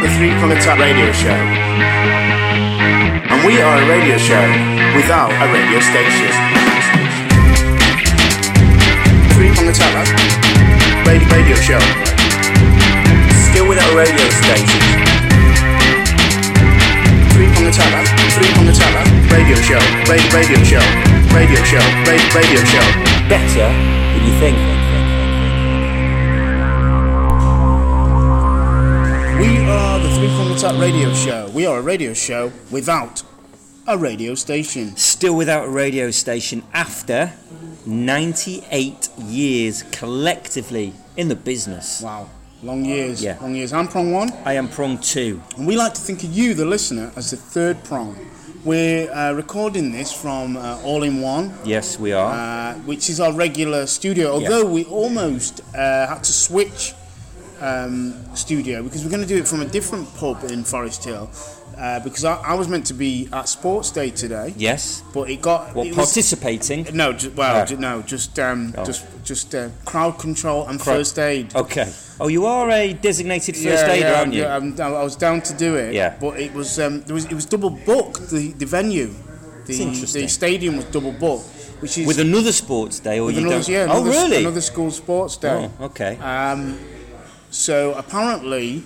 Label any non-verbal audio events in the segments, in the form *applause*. Habitat Radio Show. And we are a radio show without a radio station. Three on the tower. Radio, radio show. Still without a radio station. Three on the tower. Three on the tower. Radio show. Radio, radio show. Radio show. Radio, radio show. Better than you think. We are the Three from the Top Radio Show. We are a radio show without a radio station. Still without a radio station after 98 years collectively in the business. Wow. Long years. Yeah. Long years. I'm prong one, I am prong two. and we like to think of you, the listener, as the third prong. We're uh, recording this from uh, All in One, Yes, we are. uh, which is our regular studio, although we almost uh, had to switch um, studio because we're going to do it from a different pub in Forest Hill. Uh, because I, I was meant to be at Sports Day today, yes. but it got Well, it was- participating. No, ju- well, No. ju- no, just um, Oh. just just uh, crowd control and Crowd- first aid. Okay. Oh, you are a designated first aider, yeah, aren't you? yeah, I'm, I was down to do it. Yeah. but it was um, there was it was double booked the the venue, the interesting. the stadium was double booked, which is With another sports day, or with you another, don't? yeah, oh, another, really? another school sports day. Oh, okay. Um, so apparently.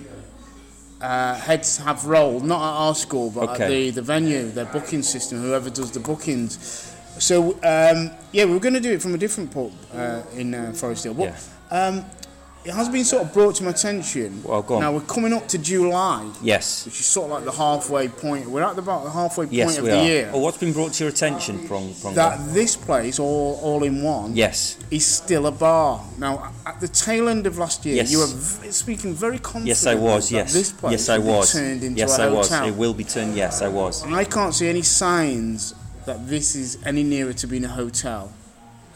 Uh, heads have rolled, not at our school, but at Okay. the, the venue, their booking system, whoever does the bookings. So, um, yeah, we were going to do it from a different pub uh, in uh, Forest Hill. But Yeah. um, it has been sort of brought to my attention. Well, go on. Now, we're coming up to July, yes. which is sort of like the halfway point. We're at about the halfway point Yes, of we the are. year. Oh, what's been brought to your attention, prong? prong one? That this place, all, all in one, yes. is still a bar. Now, at the tail end of last year, Yes. you were v- speaking very confidently. Yes, I was. That Yes. This place yes, I would be was. turned into yes, a I was. hotel. It will be turned. Yes, I was. And I can't see any signs that this is any nearer to being a hotel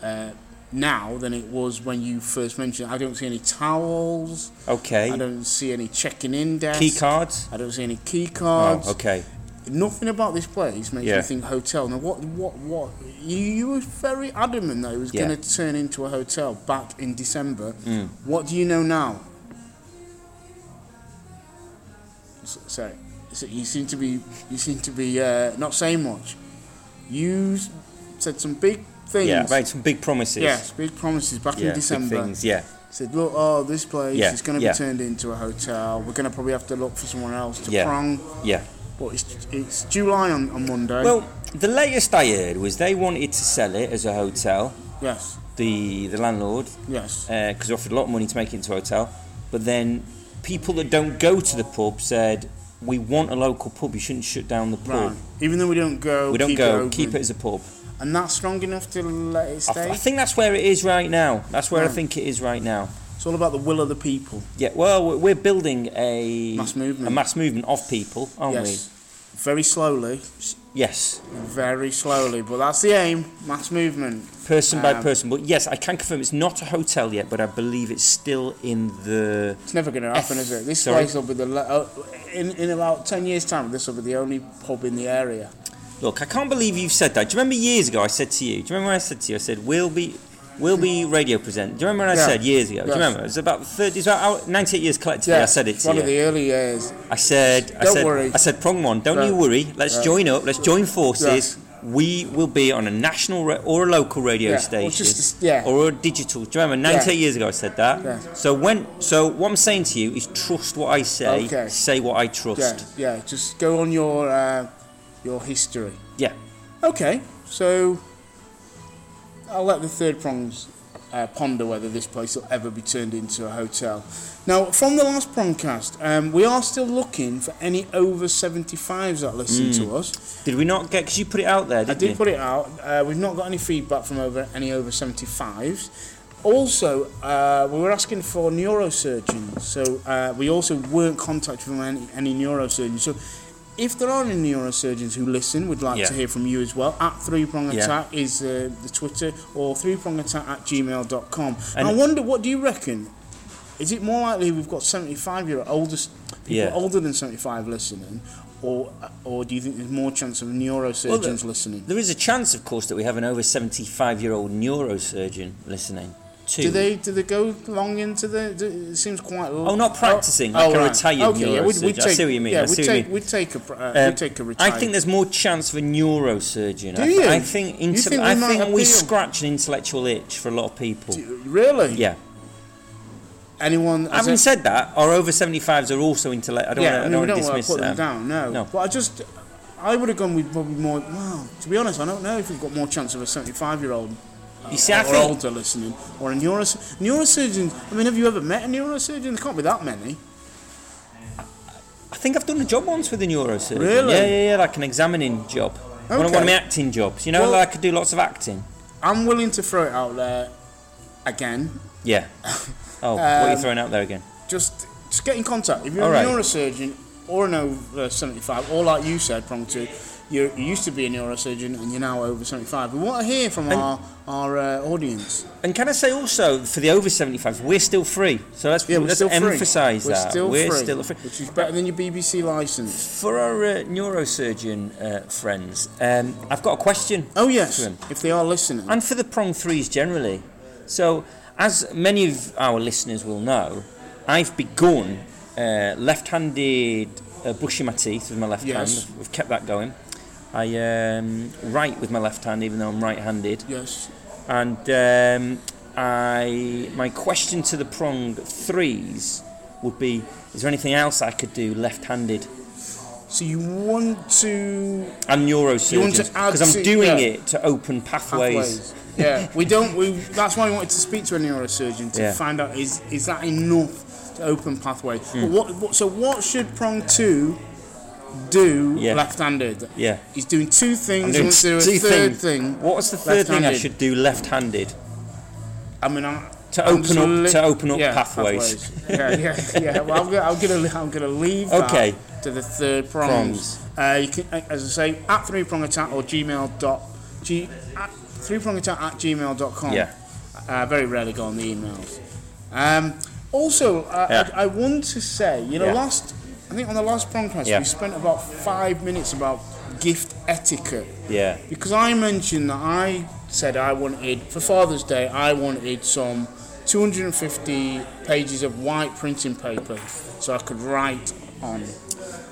uh, now than it was when you first mentioned. it. I don't see any towels. I Okay. don't see any checking in Key desks. cards. I don't see any key Oh, cards. okay. Nothing about this place makes me Yeah. think hotel. Now, what, what, what? You, you were very adamant that it was Yeah. Mm. going to turn into a hotel back in December. What do you know now? S- Sorry, So you seem to be you seem to be uh, not saying much. You s- said some big things. Yeah, made some big promises. Yes, big promises back yeah, in December. Big things, yeah. Said, look, oh, this place Yeah, is going to yeah. be turned into a hotel. We're going to probably have to look for someone else to Yeah. prong. Yeah. But it's, it's July on, on Monday. Well, the latest I heard was they wanted to sell it as a hotel. yes, The the landlord, yes. because offered a lot of money to make it into a hotel, but then people that don't go to the pub said, "We want a local pub. You shouldn't shut down the pub. Right. Even though we don't go, we don't keep go. It keep open. it as a pub." And that's strong enough to let it I, th- stay. Hmm. I think that's where it is right now. That's where I Right. think it is right now. it's all about the will of the people. Yeah. Well, we're- we're building a Mass movement. a mass movement of people, aren't yes. Very slowly, we? Yes. very slowly, but that's the aim. Mass movement. Person by Um, person, but yes, I can confirm it's not a hotel yet, but I believe it's still in the It's never going to happen, is it? This Sorry. place will be the le- uh, in in about ten years' time. This will be the only pub in the area. Look, I can't believe you've said that. Do you remember years ago I said to you? Do you remember when I said to you? I said we'll be, we'll be radio present. Do you remember when I Yeah. said years ago? Do Yes. you remember? It was about thirty, it was about our- ninety-eight years collectively. I said it it's to one you. of the early years. I said, I Don't said, worry. I said, prong one. Don't Yeah. you worry. Let's Yeah. join up. Let's join forces. We will be on a national ra- or a local radio Yeah, station, or just a- yeah. or a digital. Do you remember? Ninety-eight years ago, I said that. Yeah. So when, so what I'm saying to you is, trust what I say. Okay. Say what I trust. Yeah, yeah. Just go on your uh, your history. Yeah. Okay, so I'll let the third prongs uh, ponder whether this place will ever be turned into a hotel. Now, from the last prongcast, um, we are still looking for any over 75s that listen to us. Did we not get? Because you put it out there, I didn't did you? put it out. Uh, we've not got any feedback from over any over 75s. Also, uh, we were asking for neurosurgeons, so uh, we also weren't contacted from any, any neurosurgeons. So, if there are any neurosurgeons who listen, we'd like Yeah. to hear from you as well. At Three Prong Yeah. Attack is uh, the Twitter, or three prong attack at gmail.com. And And- I wonder, what do you reckon? Is it more likely we've got 75 year oldest people Yeah. older than 75 listening, or or do you think there's more chance of neurosurgeons Well, the- listening? There is a chance, of course, that we have an over 75 year old neurosurgeon listening two. Do they do they go long into the? Do, it seems quite. l- Oh, not practicing, like a retired we'd- we'd neurosurgeon. I see what you mean, Yeah, I we'd see what you take mean. we'd take a pr- uh, Um, we'd take a I retired. think there's more chance of a neurosurgeon. I, Do th- I you? think, You inte- think we I might think we appeal? scratch an intellectual itch for a lot of people. Do- really. Yeah. Anyone? has Having a- said that, our over 75s are also intellectual. I don't yeah, I mean, we want to don't want dismiss to put them them. down. No. No. But I just, I would have gone with probably more. Well, to be honest, I don't know if we've got more chance of a seventy-five-year-old You see, or I think older listening, or a neuros neurosurgeon. I mean, have you ever met a neurosurgeon? There can't be that many. I think I've done a job once with a neurosurgeon. Really? Yeah, yeah, yeah, like an examining job. One, of, one Okay. of my acting jobs. You know, Well- like I could do lots of acting. I'm willing to throw it out there again. *laughs* Yeah. Oh, what are you Um, throwing out there again? Just, just get in contact. If you're All a right. neurosurgeon or an over 75, or like you said, prong two, you you used to be a neurosurgeon and you're now over 75. We want to hear from And- our our uh, audience. And can I say also for the over 75s, we're still free. So let's, Yeah, we're let's still free. emphasize We're that. still we're free. still free. Which is better than your BBC license. For our uh, neurosurgeon uh, friends, um, I've got a question. Oh yes, Swim. if they are listening. And for the prong threes generally. So, as many of our listeners will know, I've begun uh, left handed uh, brushing my teeth with my left Yes. hand. I've kept that going. I um, write with my left hand, even though I'm right handed. yes. And um, I, my question to the prong threes would be Is there anything else I could do left handed? So you want to I'm You want neurosurgeon. to add Because I'm to- doing yeah. it to open pathways. pathways. yeah, we don't. We that's why we wanted to speak to a neurosurgeon to Yeah. find out is is that enough to open pathway. Hmm. But what, what so what should prong two do Yeah. left-handed? Yeah. He's doing two things. I'm he doing wants to do a two third things. thing. What's the third thing I Left-handed. should do left-handed I mean, I, to I'm open just up li- to open up yeah, pathways? pathways. yeah, yeah, yeah. Well, I'm gonna, I'm gonna, I'm gonna leave. that *laughs* Okay. to the third prongs. Uh, you can, as I say, at three prong attack or gmail dot g at three prong attack at gmail dot com. Yeah. Uh, very rarely go on the emails. Um, also, uh, Yeah. I, I want to say, you know, Yeah. last I think on the last prongcast Yeah. we spent about five minutes about gift etiquette Yeah, because I mentioned that I said I wanted for Father's Day I wanted some 250 pages of white printing paper so I could write on.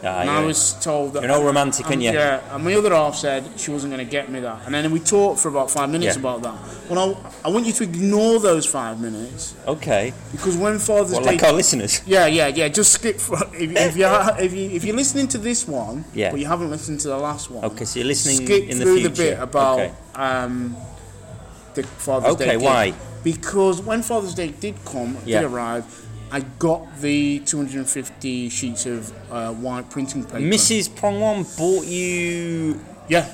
Ah, and yeah. I was told that You're not romantic, and, aren't you? Yeah, and my other half said she wasn't going to get me that, and then we talked for about five minutes Yeah. about that. Well, I, I want you to ignore those five minutes Okay. because when Father's Well, Day like our listeners. yeah, yeah, yeah. Just skip for, if, if you are, if you if you're listening to this one, Yeah. but you haven't listened to the last one. Okay, so you're listening skip in the through future. the bit about Okay. um, the Father's Day. Okay, gift. why? Because when Father's Day did come, Yeah. did arrive, I got the 250 sheets of uh, white printing paper. Mrs. Prong One bought you. Yeah.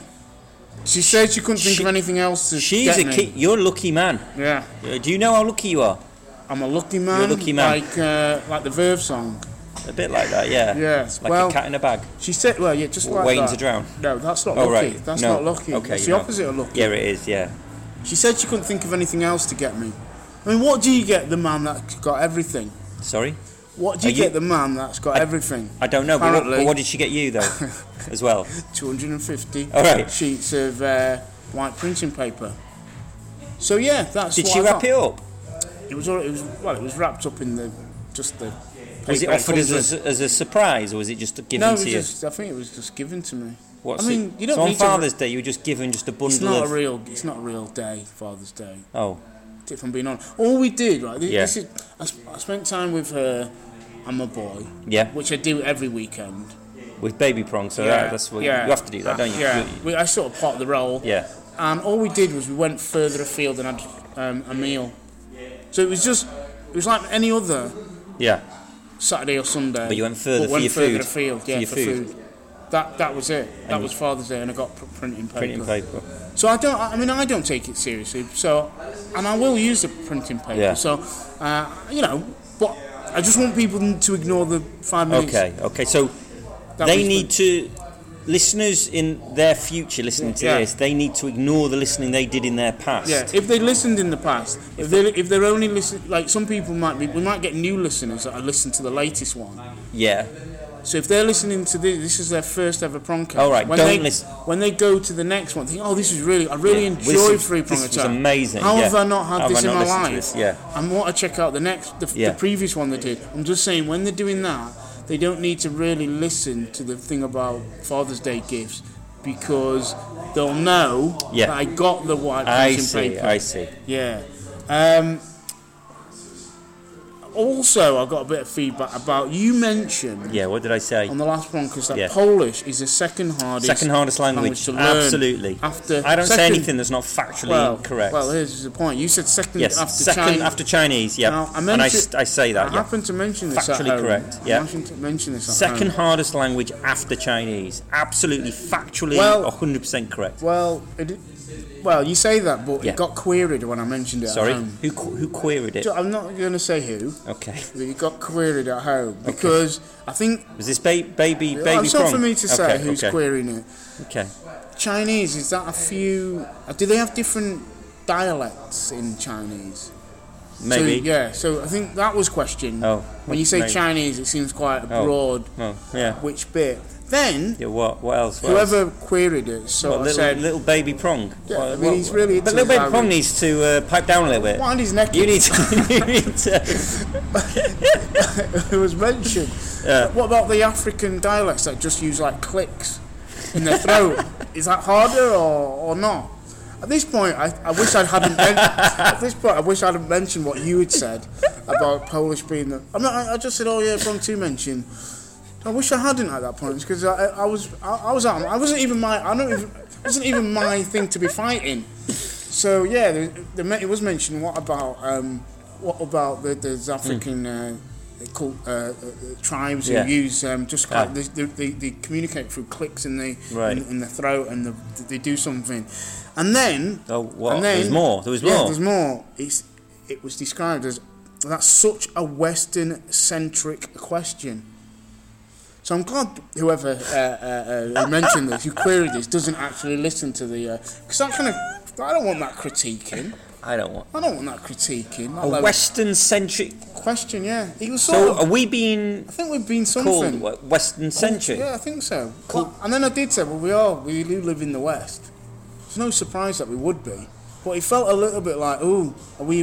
She said she couldn't think She- of anything else to She's get a me. kid. You're a lucky man. Yeah, Uh, Do you know how lucky you are? I'm a lucky man. lucky man. Like uh, like the Verve song. A bit like that, yeah. Yes. Like well, a cat in a bag, she said, well, yeah, just like waiting that. to drown. No, that's not Oh, lucky. right. That's No. not lucky. Okay, it's you the know. opposite of lucky. Yeah, it is. Yeah. She said she couldn't think of anything else to get me. I mean, what do you get the man that's got everything? Sorry, What do you, Are you- get the man that's got I- everything? I don't know. But what, Apparently. but what did she get you *laughs* though, as well? 250 All right. sheets of uh, white printing paper. So yeah, that's Did what she I wrap got. it up? It was all, it was well, it was wrapped up in the just the. Was it paper offered comes as a, s- as a surprise, or was it just given No, it to was you? just, I think it was just given to me. What's I mean, it? you don't so on need to- Father's Day, you were just given just a It's bundle not a of. real. It's not a real day, Father's Day. oh, if I'm being honest. All we did, right? This, Yeah. this is, I, sp- I spent time with her and my boy, yeah, which I do every weekend. with baby prong. So that, that's what you have to do that, don't you? Yeah, You- we, I sort of part the role. yeah. And all we did was we went further afield and had um, a meal. So it was just, it was like any other Yeah. Saturday or Sunday. But you went further but for went your further food. afield, For yeah, your for food. food. That that was it. That And- was Father's Day, and I got pr- printing paper. Printing paper. So I don't. I mean, I don't take it seriously. So, and I will use the printing paper. Yeah. So, uh, you know, but I just want people to ignore the five minutes. Okay. Okay. So that they was the- need to. Listeners in their future listening to Yeah. this, they need to ignore the listening they did in their past. Yeah. If they listened in the past, if they if they're only listen like some people might be, we might get new listeners that are listening to the latest one. Yeah. So if they're listening to this, this is their first ever prongcast. All right, when don't they, listen. When they go to the next one, think, oh, this is really, I really Yeah, enjoy this is- Free Prong this was Attack. amazing, How have yeah. I not How had have this I not in my listened to life? this? Yeah. I want to check out the next, the, Yeah. the previous one they did. I'm just saying, when they're doing that, they don't need to really listen to the thing about Father's Day gifts because they'll know Yeah. that I got the white I piece of see, paper. I see. Yeah. Um, also, I got a bit of feedback about you mentioned Yeah, what did I say? on the last one because that Yeah. Polish is the second hardest Second hardest language. to learn. Absolutely. After I don't say second- anything that's not factually well, correct. Well, here's the point. You said second yes, after second China. after Chinese, yeah. Now, Uh-huh. I and I, mentioned- st- I say I that, yeah. happened to mention this at Factually home. correct, I yeah. happened to mention this at Second home. hardest language after Chinese. Absolutely factually Well- 100% correct. Well, it, well, you say that, but Yeah. it got queried when I mentioned it Sorry? at home. Who, qu- who queried it? So I'm not going to say who, Okay. but it got queried at home because I think oh, Was this ba- baby baby it's not for prong? me to say okay, who's okay, querying it. Okay. Chinese is that a few? uh, Do they have different dialects in Chinese? Maybe. So, yeah. So I think that was questioned. Oh. when you say maybe. Chinese, it seems quite Oh. broad. Oh, yeah. Which bit? Then Yeah, what what else? What else? whoever queried it sort What, of little, said, little baby prong. Yeah, What- I mean, what- he's really But into little baby his prong needs to uh, pipe down a little *laughs* bit. "Wind his neck." You in." need to. *laughs* you need to *laughs* it was mentioned. Yeah. What about the African dialects that just use like clicks in *laughs* their throat? Is that harder or, or not? At this point, I, I wish I hadn't. Men- at this point, I wish I hadn't mentioned what you had said about Polish being the. I'm not, I, I just said, "Oh yeah, wrong to mention." I wish I hadn't at that point because I, I was I, I was out. I wasn't even my I don't even it wasn't even my thing to be fighting. So yeah, the, the, men- it was mentioned. What about um, what about the, the African uh, cult, uh, uh, tribes Hmm. Yeah. who use um, just Ah. like they, they, they, they communicate through clicks in the Right. in, in the throat and the, they do something, and then oh, what? and there's then- more. There was yeah, more. there's more. It's, it was described as that's such a Western centric question. So I'm glad whoever uh, uh, uh, who mentioned this, who queried this, doesn't actually listen to the because that kind of I don't want that critiquing. I don't want I don't want that critiquing. That a level- Western centric. question, yeah. He was sort So of, are we being I think we've been called something. what, Western centric? Oh, Yeah, I think so. Cult- Well, and then I did say, well, we are we do live in the West. It's no surprise that we would be, but it felt a little bit like, oh, are we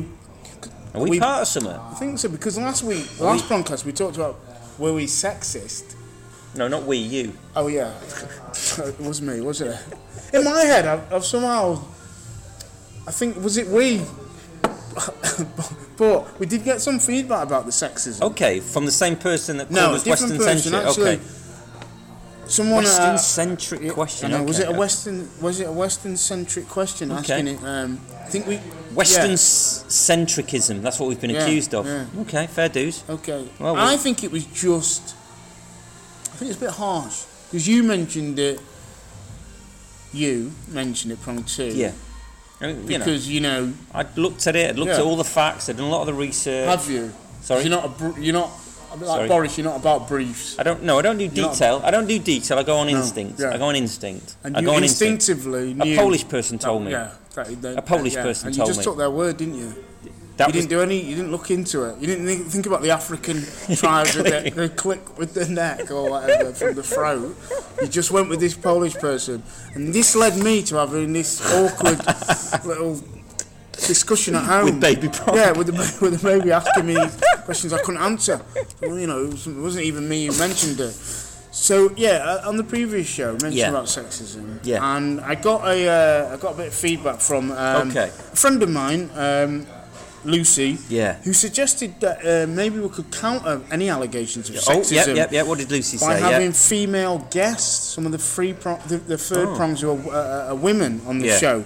Are we, we- part of something? I think so because last week, the last broadcast, we talked about were we sexist? No, not we. You. Oh yeah, *laughs* it was me, was it? In my head, I've, I've somehow, I think was it we, *laughs* but we did get some feedback about the sexism. Okay, from the same person that called no, a us different Western person centric. actually. okay. Someone. Western uh, centric yeah, question. I know, okay. Was it a Western? Was it a Western centric question? Okay. Asking it. Um, I think we. Western yeah. s- centricism? That's what we've been Yeah, accused of. yeah. Okay, fair dues. Okay. Well, we- I think it was just. I think it's a bit harsh because you mentioned it. You mentioned it, prong two. Yeah. I mean, you know, Because you know, I'd looked at it. I'd looked Yeah. at all the facts. I'd done a lot of the research. have you? Uh, Sorry. You're not. A, br- you're not. a bit Like Sorry. Boris, you're not about briefs. I don't know. I don't do You're not- detail. I don't do detail. I go on No, instinct. yeah. I go on instinct. And I you go on instinct. instinctively A knew. Polish person told me. Yeah. that- that- A Polish yeah. person and told you just me. took their word, didn't you? That you was didn't do any. You didn't look into it. You didn't think, think about the African *laughs* tribes with the, the click with the neck or whatever *laughs* from the throat. You just went with this Polish person, and this led me to having this awkward little discussion at home. with baby prong. yeah, with the *laughs* ba- with the baby asking me questions I couldn't answer. Well, you know, it wasn't, it wasn't even me who mentioned it. So yeah, uh, on the previous show, I mentioned Yeah. about sexism. Yeah. and I got a uh, I got a bit of feedback from um, Okay. a friend of mine. Um, Lucy, Yeah. Oh, who suggested that uh, maybe we could counter any allegations of Oh, sexism yeah, yeah, yeah. What did Lucy by say? having Yeah. female guests. Some of the free pro- the, the third Oh. prongs were uh, uh, women on the Yeah. show.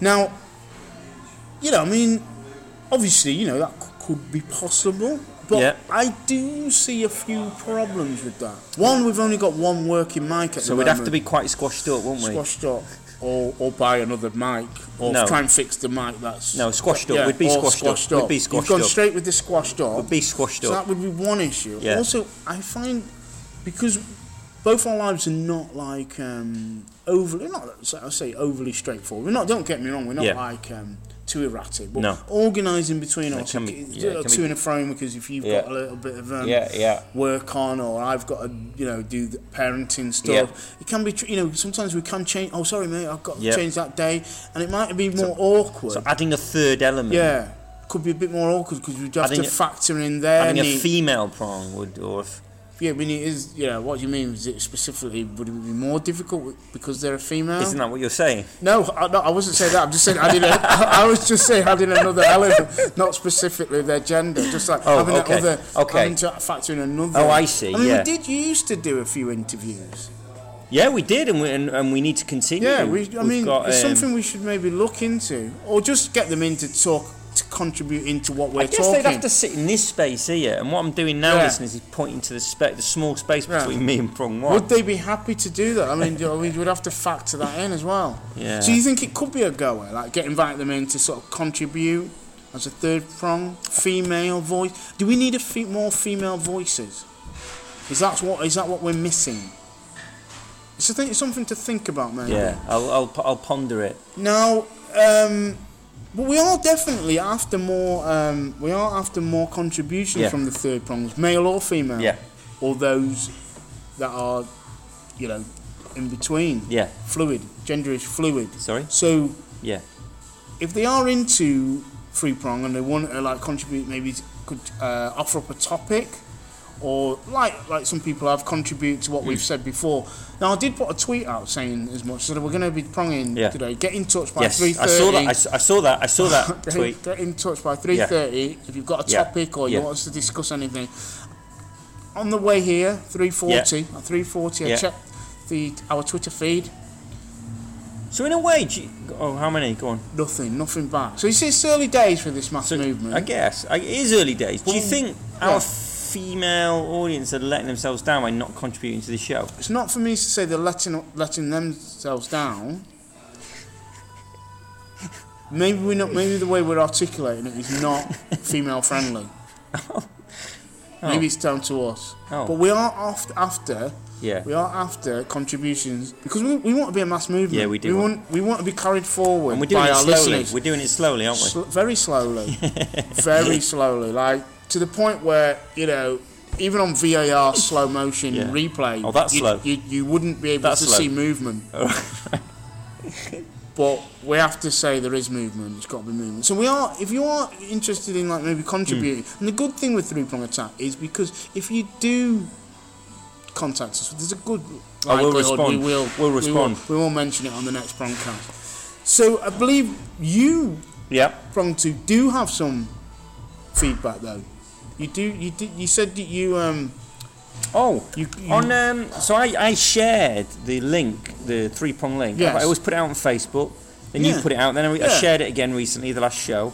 Now, you know, I mean, obviously, you know that c- could be possible, but Yeah. I do see a few problems with that. One, we've only got one working mic at So the we'd have to moment, be quite squashed up, wouldn't we? squashed up. Or, or buy another mic, or No. try and fix the mic that's No, squashed up. Yeah, We'd be or squashed, up. We'd be You've squashed gone up. straight with the squashed up. We'd be squashed So up. that would be one issue. Yeah. Also, I find because both our lives are not like um, overly, not I say overly straightforward. We're not. Don't get me wrong. We're not Yeah. like um, too erratic. But No. organising between us, can be- it's yeah, it like can two be- in a frame because if you've Yeah. got a little bit of um, Yeah, yeah. work on, or I've got to you know do the parenting stuff, it can be tr- you know sometimes we can change. Oh, sorry mate, I've got Yeah. to change that day, and it might be more awkward. So adding a third element, yeah, could be a bit more awkward because we would have Adding to a- factor in their adding a need- female prong would, or if, Yeah, I mean it is. Yeah, what do you mean? Is it specifically would it be more difficult because they're a female? isn't that what you're saying? No, I, no, I wasn't saying that. I'm just saying adding. A, *laughs* I was just saying adding another element, not specifically their gender. Just like Oh, having okay, another, okay. having to factor in another. Oh, I see, I mean, yeah. we did used to do a few interviews. Yeah, we did, and we and, and we need to continue. Yeah, we. I We've mean, got, it's um, something we should maybe look into, or just get them in to talk to contribute into what we're I guess talking. they'd have to sit in this space here, and what I'm doing now, Yeah. listeners, is pointing to the spe- the small space Yeah. between me and prong one. Would they be happy to do that? I mean, you know, we would have to factor that in as well. Yeah. So you think it could be a goer, like get invite them in to sort of contribute as a third prong, female voice. Do we need a fe- more female voices? Is that what is that what we're missing? It's a thing, it's something to think about, man. yeah, I'll, I'll I'll ponder it. Now, um, but we are definitely after more. Um, we are after more contributions Yeah. from the third prongs, male or female. Yeah. Or those that are, you know, in between. Yeah. Fluid. Gender is fluid. Sorry. So. Yeah. If they are into three prong and they want to like contribute, maybe t- could uh, offer up a topic. Or like like some people have contributed to what Mm. we've said before. Now I did put a tweet out saying as much so that we're going to be pronging Yeah. today. Get in touch by Yes, three I thirty. saw that. I, s- I saw that. I saw *laughs* that Get in- tweet. Get in touch by 3.30 if you've got a Yeah. topic or you Yeah. want us to discuss anything. On the way here, 3.40, at 3.40 I Yeah. checked the, our Twitter feed, So in a way, do you- oh, how many? Go on. nothing, nothing back. So it's, it's early days for this mass So movement. I guess I, it is early days. Do you Well, think Hmm. yeah. our female audience are letting themselves down by not contributing to the show? it's not for me to say they're letting, letting themselves down. Maybe we're not. Maybe the way we're articulating it *laughs* is not female friendly. Maybe it's down to us. Oh. But we are off after Yeah. We are after contributions because we, we want to be a mass movement. Yeah, we do We want- want, we want to be carried forward And we're doing by it our slowly. listeners. We're doing it slowly, aren't we? Sl- very slowly. *laughs* very slowly. Like, to the point where, you know, even on VAR slow motion Yeah. replay, Oh, that's you, slow. You, you wouldn't be able That's to slow. see movement. But we have to say there is movement. It's got to be movement. So we are. If you are interested in like maybe contributing, Hmm. and the good thing with three prong attack is because if you do contact us, there's a good I will likelihood we respond. will We'll we respond. We will, mention it on the next prongcast. So I believe you yeah. prong two do have some feedback though. You do. You did. You said that you um Oh, you, you on um, so I, I shared the link, the three prong link. Yes. I always put it out on Facebook. Then Yeah. you put it out. Then I, I Yeah. shared it again recently, the last show,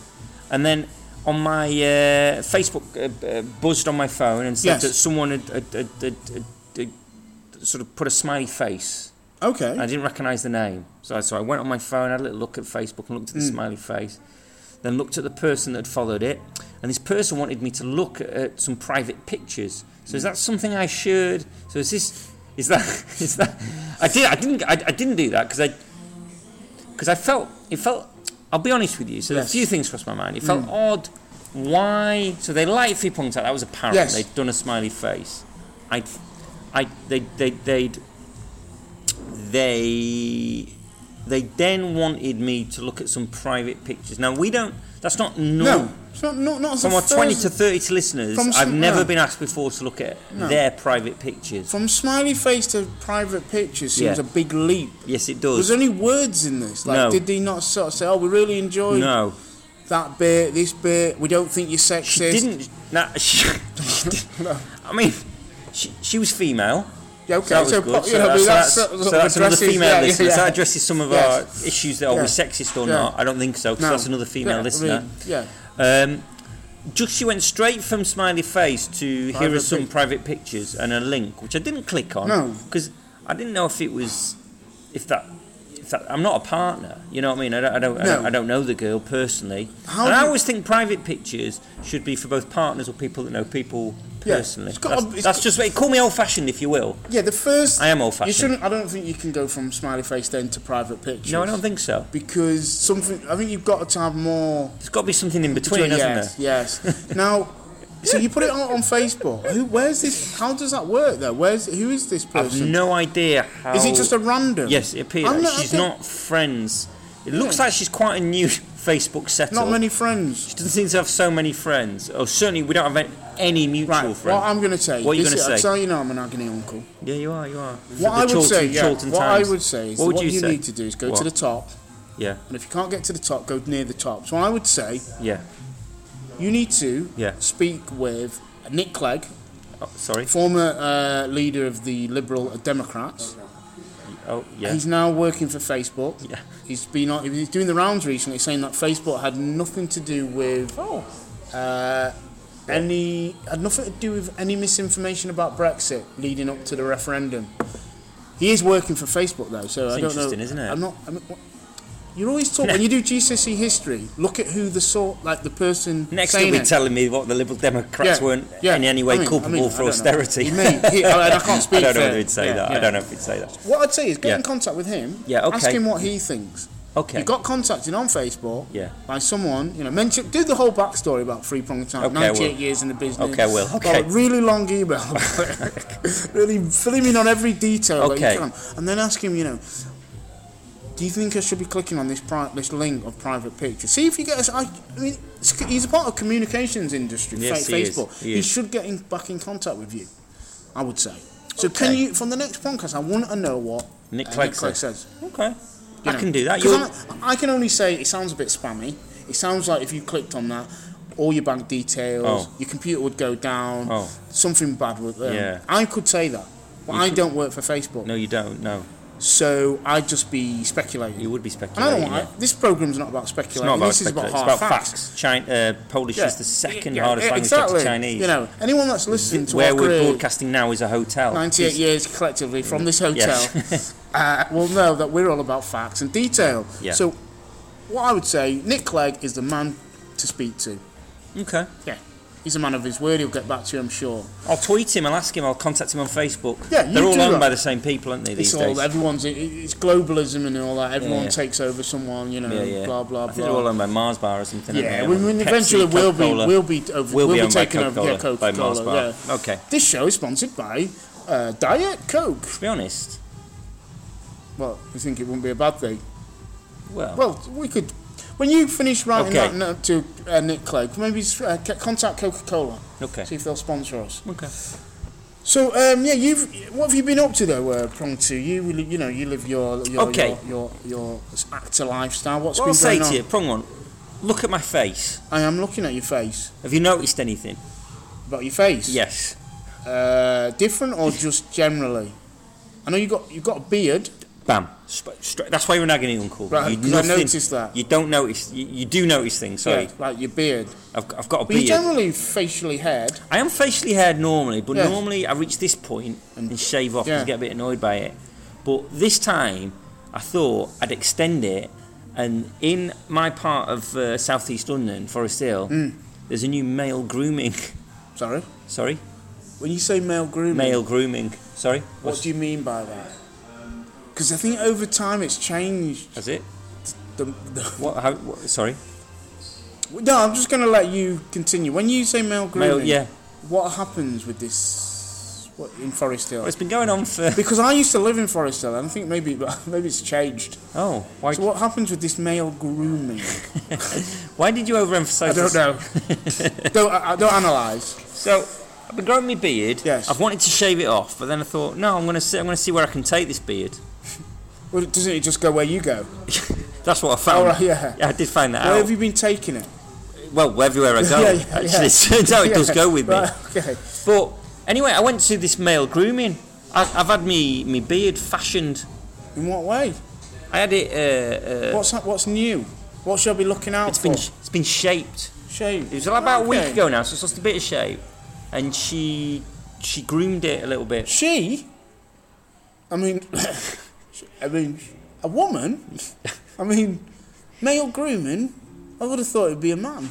and then on my uh, Facebook uh, uh, buzzed on my phone and said Yes. that someone had, had, had, had, had, had sort of put a smiley face. okay. I didn't recognise the name, so I, so I went on my phone, had a little look at Facebook, and looked at Mm. the smiley face. Then looked at the person that had followed it, and this person wanted me to look at some private pictures. So is Mm. that something I should? So is this? Is that? *laughs* Is that? I did. I didn't. I, I didn't do that because I. Because I felt it felt. I'll be honest with you. So Yes. Mm. a few things crossed my mind. It felt odd. Why? So they liked three point out. That was apparent. Yes. They'd done a smiley face. I, I, they, they, they'd they they then wanted me to look at some private pictures. Now we don't. That's not normal. no, it's not not not as From a our twenty first- to thirty to listeners, From I've some- never no. been asked before to look at No. their private pictures. From smiley face to private picture seems Yeah. a big leap. Yes, it Was does. there any words in this? Like, No. did they not sort of say, "Oh, we really enjoyed No, that bit, this bit. We don't think you're she sexist." didn't. Nah, *laughs* *laughs* she, she did- I mean, she, she was female. Yeah, okay, So that was so, good. you So know, that's- that's- that's, sort of so that's another addresses- female yeah, yeah, listener. So yeah. that addresses some of Yes. our issues that are Yeah. we sexist or Yeah. not. I don't think so. 'cause No. that's another female Yeah, I listener. mean, yeah, Um, just she went straight from smiley face to here are Private some pic- private pictures and a link, which I didn't click on. No. because I didn't know if it was if that. If that I'm not a partner, you know what I mean. I don't, I don't, I don't, No. Oh, I don't know the girl personally, How and do I you- always think private pictures should be for both partners or people that know people Yeah, personally. it's got that's, a- it's that's got- just call me old fashioned if you will. Yeah, the first. I am old You fashioned. shouldn't. I don't think you can go from smiley face then to private pictures. No, I don't think so. Because something. I think you've got to have more. There's got to be something in between, hasn't yes, *laughs* yes. now, so you put it out on Facebook. Who? Where's this? How does that work though? Where's who is this there? I've person? no idea how. is it just a random? Yes, it appears. I'm not- I she's think- not friends. It looks like she's quite a new *laughs* Facebook setup. Not many friends. She doesn't seem to have so many friends. Or certainly we don't have a- any mutual Right. friends. What I'm going to say. What are you this gonna is- I say? tell you now, I'm an agony uncle. yeah, you are, you are. What I would say, yeah. What Charlton I Times. would say is What that would what you you, say? need to do is go What? to the top, Yeah, and if you can't get to the top, go near the top. So I would say yeah, you need to yeah. speak with Nick Clegg, Oh, sorry. former uh, leader of the Liberal Democrats. Oh, yeah. He's now working for Facebook. Yeah. He's been on, he was doing the rounds recently, saying that Facebook had nothing to do with Oh. uh, any had nothing to do with any misinformation about Brexit leading up to the referendum. He is working for Facebook though, so I don't interesting, know. isn't it? I'm not. I'm, what- you're always taught when you do GCSE history. Look at who the sort, like the person Next saying you'll be it. telling me what the Liberal Democrats Yeah, weren't yeah. in any I way mean- I culpable mean, I for don't know. austerity. He may- he- oh, I- *laughs* I can't speak I don't know for- whether he'd say yeah, that. yeah. I don't know if he'd say that. What I'd say is get Yeah. in contact with him. Yeah, Ask okay. him what he thinks. Okay. You got contacted on Facebook Yeah. by someone, you know, mention, do the whole backstory about Free Prong Time, Okay, I 98 will. years in the business. Okay, I will. Got Okay. a really long email. *laughs* really filling in on every detail that Okay. you can. And then ask him, you know, do you think I should be clicking on this pri- this link of private pictures? See if you get us. I, I mean, it's, he's a part of communications industry, Yes, fa- he is. Facebook. He he is. should get in, back in contact with you, I would say. So can Okay. you, from the next podcast, I want to know what *laughs* Nick *laughs* uh, Clegg says. says. Okay. You I know, can do that. 'cause You'll- I, I can only say it sounds a bit spammy. It sounds like if you clicked on that, all your bank details, Oh. your computer would go down, Oh. something bad would. Um, Yeah. I could say that, but You I could- don't work for Facebook, No, you don't. No. so I'd just be speculating. You would be and I speculating. don't want yeah. it. This program's not about It's speculating. not about this is about speculation. hard It's about facts. facts. China, uh, Polish Yeah. is the second Yeah, hardest yeah, language exactly. after Chinese. You know, anyone that's listening to Where our we're career, broadcasting now is a hotel. 98 It's- years collectively from this hotel, *laughs* Yes. uh, will know that we're all about facts and detail. Yeah. So, what I would say, Nick Clegg is the man to speak to. okay. Yeah. He's a man of his word. He'll get back to you, I'm sure. I'll tweet him. I'll ask him. I'll contact him on Facebook. Yeah, you They're all do owned that. by the same people, aren't they? These It's all days. everyone's. it- It's globalism and all that. Everyone yeah. takes over someone. You know, yeah, yeah. blah blah I think they're blah. all owned by Mars Bar or something. aren't yeah, they? we, we Pepsi, eventually we'll be Coca-Cola. we'll be over, Will we'll be, owned by taken over. Coca-Cola, Yeah, by Mars Coca-Cola. Bar. Yeah. Okay. This show is sponsored by uh, Diet Coke. To be honest, Well, you think it wouldn't be a bad thing? well, Well, we could. When you finish writing Okay. that note to uh, Nick Clegg, maybe uh, c- contact Coca-Cola. okay, See if they'll sponsor us. okay. So um, yeah, you've what have you been up to though, uh, Prong Two? You li- you know you live your your Okay. your, your your actor lifestyle. What's What I'll been say going to on? you, prong one. Look at my face. I am looking at your face. Have you noticed anything? About your face. Yes. Uh, different or just generally? I know you got you got a beard. Bam. Sp- stra- that's why you're an agony uncle. Right, You 'cause I nothing- noticed that. You don't notice. You, you do notice things. Sorry, Yeah, like your beard. I've, got- I've got a But you're beard. generally facially haired. I am facially haired normally, but Yeah. normally I reach this point And- and, shave off yeah. and get a bit annoyed by it. But this time, I thought I'd extend it, and in my part of uh, southeast London, Forest Hill, Hmm. there's a new male grooming. *laughs* Sorry. Sorry, When you say male grooming, male grooming. Sorry, what do you mean by that? Because I think over time it's changed. That's it. The, the, *laughs* What? How, what sorry, no, I'm just going to let you continue. When you say male grooming, male. Yeah, what happens with this what, in Forest Hill? well, it's been going on for. Because I used to live in Forest Hill, and I think maybe *laughs* maybe it's changed. Oh, why? So what happens with this male grooming? *laughs* Why did you overemphasise? I don't this? know. *laughs* don't I, I don't analyze. So I've been growing my beard. Yes. I've wanted to shave it off, but then I thought, no, I'm gonna see, I'm gonna see where I can take this beard. *laughs* Well, doesn't it just go where you go? That's what I Oh, found. right, yeah. Yeah, I did find that Where out. have you been taking it? well, everywhere I go, *laughs* Yeah, yeah, actually, *laughs* yeah. it turns out it does Yeah, go with me. right, okay. But anyway, I went to this male grooming. I, I've had me me beard fashioned. In what way? I had it. Uh, uh, What's that, what's new? What should I be looking out it's for? been it's been shaped. Shaved. It was about a week Okay. ago now, so it's just a bit of shape. And she she groomed it a little bit. She. I mean, *coughs* I mean, a woman. I mean, male grooming. I would have thought it'd be a man.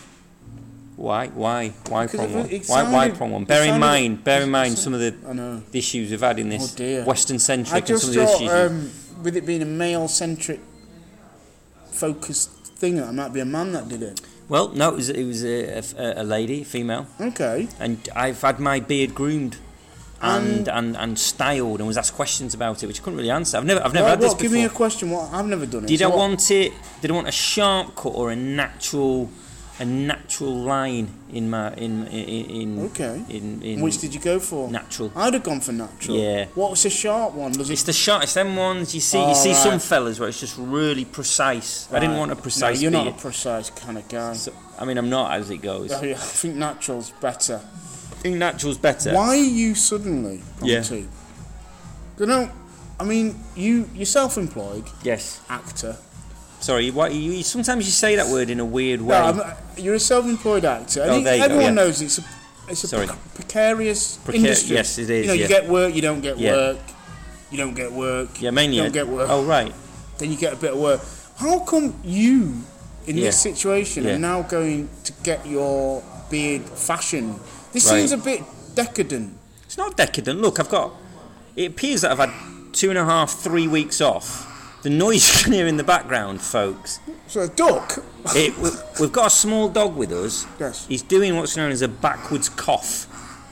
Why? Why? Why Because prong it- one? it Why? Why sounded- prong one? it Bear in sounded- mind, bear in it mind sounded- some of the I know. the issues we've had in this Oh, dear. Western I centric and just some of the issues. thought, um, with it being a male centric focused thing, that might be a man that did it. well, no, it was, it was a, a, a lady, female, Okay. and I've had my beard groomed. And, And- and and styled and was asked questions about it which I couldn't really answer. I've never I've never Right, had this what? before. Give me a question. What? I've never done it. Did I so what- want it? Did I want a sharp cut or a natural, a natural line in my in in in Okay. in, in Which did you go for? natural? I'd have gone for natural. Yeah. What was the sharp one? Does It's it? the sharp. It's them ones you see. Oh, you see some right. fellas where it's just really precise. I didn't Right. want a precise. No, you're not beard. a precise kind of guy. So- I mean, I'm not as it goes. I think natural's better. I think natural's better. Why are you suddenly on Yeah. two? You know, I mean, you you're self-employed Yes. actor. Sorry. Why you, you- sometimes you say that word in a weird way. No, I'm, uh, you're a self-employed actor. Oh, and there you go, everyone yeah. knows it's a it's a Sorry. pre- precarious Precar- industry. yes, it is, You know, yeah. you get work, you don't get Yeah. work, you don't get work. yeah, mainly. You don't get work. Oh right. Then you get a bit of work. How come you, in this Yeah. situation, Yeah. are now going to get your beard fashion? This Right. seems a bit decadent. It's not decadent. Look, I've got. It appears that I've had two and a half, three weeks off. The noise *laughs* you can hear in the background, folks. So a duck. It, we- we've got a small dog with us. Yes. He's doing what's known as a backwards cough.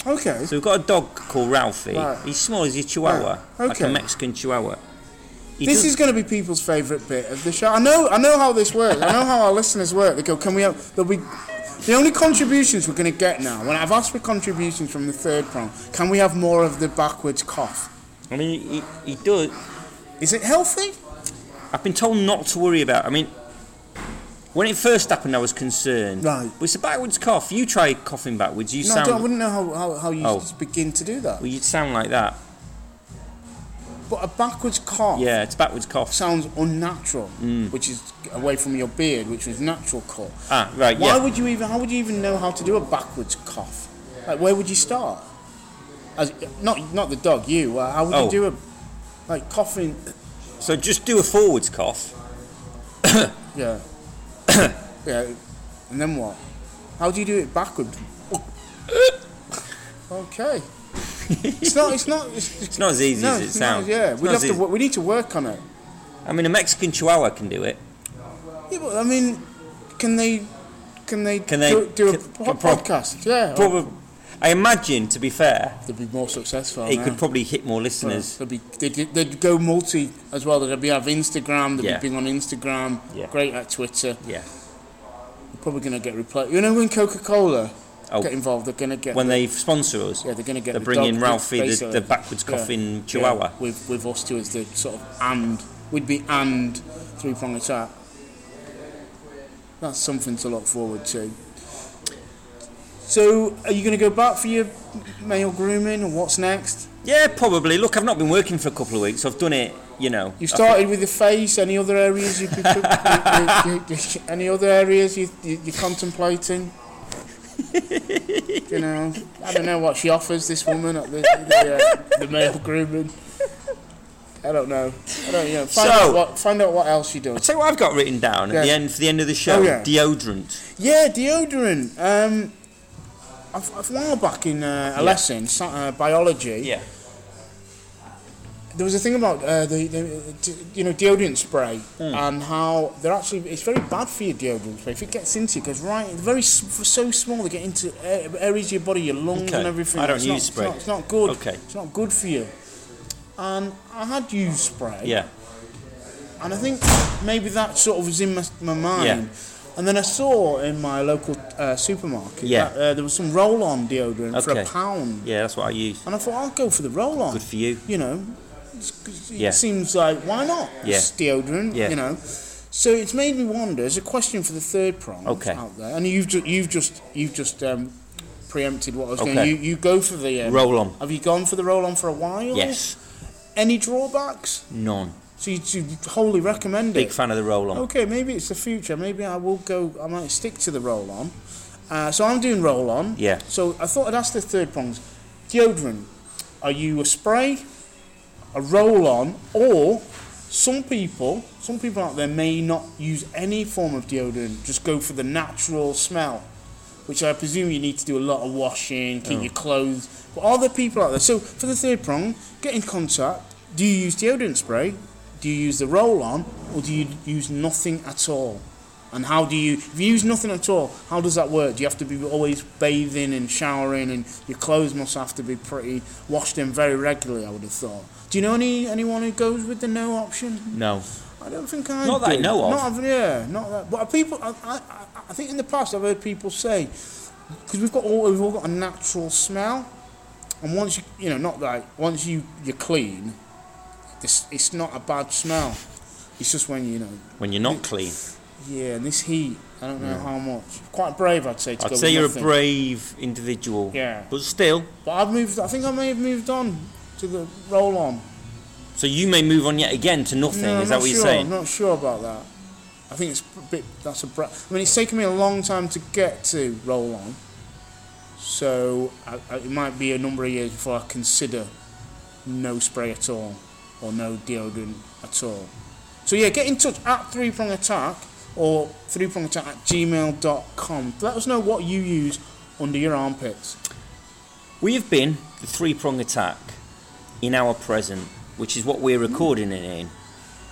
Okay. So we've got a dog called Ralphie. Right. He's small as a chihuahua, Right. like a Okay. Mexican chihuahua. He This does- is going to be people's favourite bit of the show. I know, I know how this works. I know how our *laughs* listeners work. They go, "Can we have?" There'll be the only contributions we're going to get now. When I've asked for contributions from the third prong, can we have more of the backwards cough? I mean, he, he does. Is it healthy? I've been told not to worry about. I mean, when it first happened, I was concerned. Right. But it's a backwards cough. You try coughing backwards. You no, I, sound. don't- I wouldn't know how, how, how you Oh. just begin to do that. well, you'd sound like that. But a backwards cough Yeah, Mm. it's backwards cough. sounds unnatural, which is away from your beard, which is natural cough. Ah, right. Why yeah. would you even? How would you even know how to do a backwards cough? Like, where would you start? As not not the dog, you. Uh, how would Oh. you do a like coughing? So just do a forwards cough. Yeah, yeah. And then what? How do you do it backward? okay. It's *laughs* not. It's not. It's, It's not as easy no, as it it's not- sounds. yeah, It's we not have as to. easy. wo- We need to work on it. I mean, a Mexican Chihuahua can do it. Yeah, but I mean, can they? Can they? Can they- do, do a can- po- can pro- podcast? Yeah, Probably. I imagine, to be fair, they'd be more successful. it now. could probably hit more Well, listeners. They'd, be, they'd, they'd go multi as well. They'd be have Instagram. They'd Yeah. be big on Instagram. Yeah. Great at Twitter. Yeah. They're probably going to get replaced. You know when Coca Cola Oh. get involved, they're going to get When they the- sponsor us, yeah they're going to get they the bring dog in with- Ralphie, the, basically. the backwards Yeah. coughing Yeah. Chihuahua. with with us two as the sort of and we'd be and three prong attack. That's something to look forward to. So, are you going to go back for your male grooming, or what's next? Yeah. probably. Look, I've not been working for a couple of weeks. so I've done it, you know. I- You started with the face. Any other areas you, could- you, you, you- *laughs* any other areas you, you you're contemplating? you know, I don't know what she offers this woman at the the, uh, the male grooming. I don't know. I don't. You know, find So- out what find out what else she I'll does. tell you what I've got written down at the Yeah. end for the end of the show: Oh, yeah. deodorant. Yeah, deodorant. Um, I've, I've a while back in uh, a Yeah. lesson, sci- uh, biology. Yeah. There was a thing about uh, the, the d- you know deodorant spray Hmm. and how they're actually it's very bad for your deodorant spray if it gets into you because right it's very s- so small they get into a- areas of your body your lungs Okay. and everything. I don't It's use not, it's spray. not- It's not, good. Okay. It's not good for you. And I had used spray. Yeah. And I think maybe that sort of was in my, my mind. And then I saw in my local uh, supermarket Yeah. that uh, there was some roll-on deodorant for a Okay. pound. Yeah, that's what I use. And I thought I'll go for the roll-on Good for you. you know, it's, it Yeah. seems like why not? Yeah. It's deodorant, Yeah. you know. So it's made me wonder. It's a question for the third prong Okay. out there, and you've ju- you've just you've just um, preempted what I was Okay. going. You you go for the um, Roll on. Have you gone for the roll on for a while? Yes. Any drawbacks? None. So you, you wholly recommend Big it? Oh. fan of the roll on. Okay, maybe it's the future. Maybe I will go. I might stick to the roll on. Uh, so I'm doing roll on. Yeah. So I thought I'd ask the third prongs. Deodorant. Are you a spray, a roll on, or some people, some people out there may not use any form of deodorant, just go for the natural smell. which I presume you need to do a lot of washing, keep your clothes. But are there people out there? So for the third prong, get in contact. Do you use deodorant spray? Do you use the roll-on, or do you use nothing at all? And how do you, if you use nothing at all, how does that work? Do you have to be always bathing and showering, and your clothes must have to be pretty washed in very regularly? I would have thought. Do you know any anyone who goes with the no option? No. I don't think I Not that I do. know of. Not yeah, not that. But people, I, I, I- I think in the past I've heard people say because we've got all we've all got a natural smell, and once you you know not like once you you're clean, this it's not a bad smell. It's just when you know When you're not clean. yeah, and this heat I don't know how much. Quite brave I'd say to go I'd say with you're nothing. a brave individual. Yeah, But still, but I've moved. I think I may have moved on to the roll on. so you may move on yet again to nothing. No, is I'm that not what you're sure. saying? I'm not sure about that. I think it's a bit. That's a. Bra- I mean, it's taken me a long time to get to roll on, so I, I, it might be a number of years before I consider no spray at all or no deodorant at all. So yeah, get in touch at three prong attack or three prong attack at gmail.com. Let us know what you use under your armpits. We have been the three prong attack in our present, which is what we're recording it in.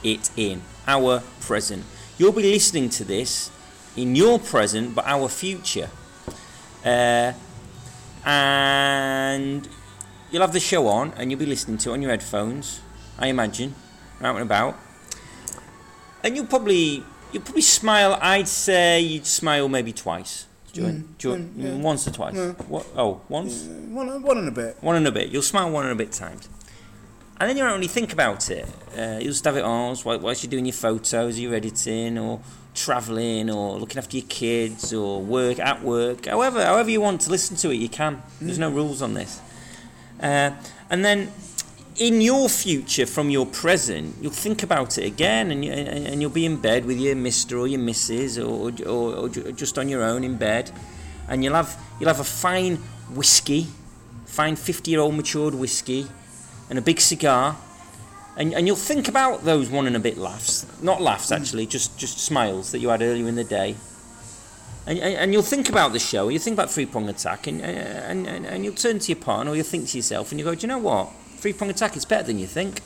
It in our present. You'll be listening to this in your present, but our future. Uh, and you'll have the show on, and you'll be listening to it on your headphones. I imagine, out and about, and you'll probably you'll probably smile. I'd say you'd smile maybe twice. During, during, mm, yeah. Once or twice. Yeah. What? Oh, once. One, one and a bit. One and a bit. You'll smile one and a bit times. And then you don't really think about it. Uh, you'll just have it on. Why, why you doing your photos? You're editing or travelling or looking after your kids or work at work. However, however you want to listen to it, you can. There's no rules on this. Uh, and then in your future from your present, you'll think about it again and, you, and and you'll be in bed with your mister or your missus or, or, or ju- just on your own in bed. And you'll have, you'll have a fine whiskey, fine 50 year old matured whiskey and a big cigar. And, and you'll think about those one and a bit laughs, not laughs actually, just, just smiles that you had earlier in the day. And, and, and you'll think about the show, you'll think about Three Prong Attack, and, and, and, and you'll turn to your partner or you'll think to yourself and you go, Do you know what? Three Prong Attack is better than you think.